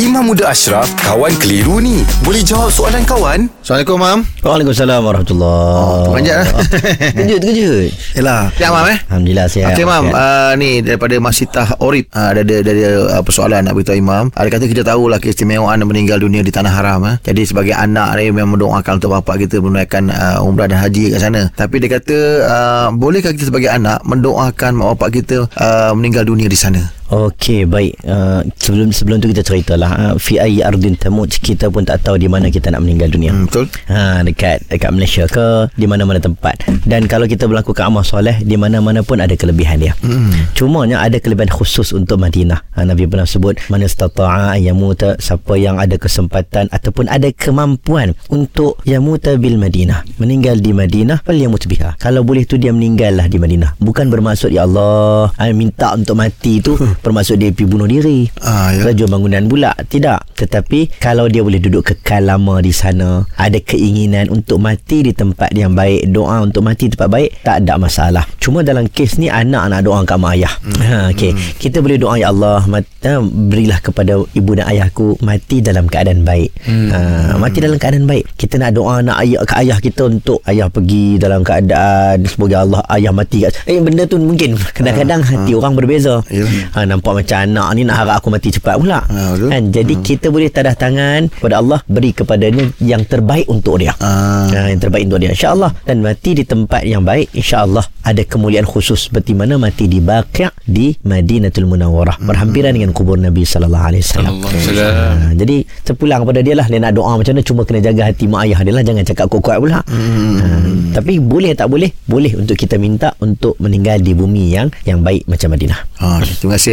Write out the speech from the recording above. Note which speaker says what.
Speaker 1: Imam Muda Ashraf, kawan keliru ni. Boleh jawab soalan kawan?
Speaker 2: Assalamualaikum Mam
Speaker 3: Waalaikumsalam
Speaker 2: Oh,
Speaker 3: warahmatullahi
Speaker 2: panjat, eh?
Speaker 3: Kejut kejut
Speaker 2: Yelah Siap Mam eh
Speaker 3: Alhamdulillah sihat
Speaker 2: Okey Mam
Speaker 3: sihat.
Speaker 2: uh, Ni daripada Masitah Orib uh, Ada, ada, ada uh, persoalan nak beritahu Imam uh, Dia kata kita tahulah keistimewaan meninggal dunia di Tanah Haram eh. Jadi sebagai anak ni Memang mendoakan untuk bapa kita Menunaikan uh, umrah dan haji kat sana Tapi dia kata uh, Bolehkah kita sebagai anak Mendoakan mak bapak kita uh, Meninggal dunia di sana
Speaker 3: Okey baik uh, sebelum sebelum tu kita ceritalah uh, fi ayi ardin tamut kita pun tak tahu di mana kita nak meninggal dunia.
Speaker 2: Hmm, betul.
Speaker 3: Ha dekat dekat Malaysia ke di mana-mana tempat. Dan kalau kita berlakukan amal soleh di mana-mana pun ada kelebihan dia. Hmm. Cumanya ada kelebihan khusus untuk Madinah. Ha, Nabi pernah sebut man istata'a an yamuta siapa yang ada kesempatan ataupun ada kemampuan untuk yamuta bil Madinah. Meninggal di Madinah fal yamut biha. Kalau boleh tu dia meninggal lah di Madinah. Bukan bermaksud ya Allah, I minta untuk mati tu bermaksud dia pergi bunuh diri.
Speaker 2: Ah, ya.
Speaker 3: Jual bangunan pula Tidak Tetapi Kalau dia boleh duduk kekal lama di sana Ada keinginan untuk mati di tempat yang baik Doa untuk mati di tempat baik Tak ada masalah Cuma dalam kes ni Anak nak doa kat mak ayah hmm. ha, okay. hmm. Kita boleh doa Ya Allah mat, ha, Berilah kepada ibu dan ayahku Mati dalam keadaan baik hmm. ha, Mati dalam keadaan baik Kita nak doa nak ayah, kat ayah kita Untuk ayah pergi dalam keadaan Sebagai Allah Ayah mati kat Eh benda tu mungkin Kadang-kadang hati orang
Speaker 2: Ah,
Speaker 3: berbeza
Speaker 2: Yalah.
Speaker 3: ha, Nampak macam anak ni Nak harap aku mati cepat pula
Speaker 2: Ha, betul.
Speaker 3: kan? Jadi kita boleh tadah tangan Kepada Allah Beri kepadanya Yang terbaik untuk dia
Speaker 2: Ah.
Speaker 3: ha, Yang terbaik untuk dia InsyaAllah Dan mati di tempat yang baik InsyaAllah Ada kemuliaan khusus Seperti mana mati di Baqi' Di Madinatul Munawwarah Berhampiran dengan kubur Nabi Hmm. Sallallahu Alaihi Wasallam Ha, jadi terpulang pada dia lah Dia nak doa macam mana Cuma kena jaga hati mak ayah dia lah Jangan cakap kuat-kuat pula hmm. ha, Tapi boleh tak boleh Boleh untuk kita minta Untuk meninggal di bumi yang Yang baik macam Madinah
Speaker 2: ah, Terima kasih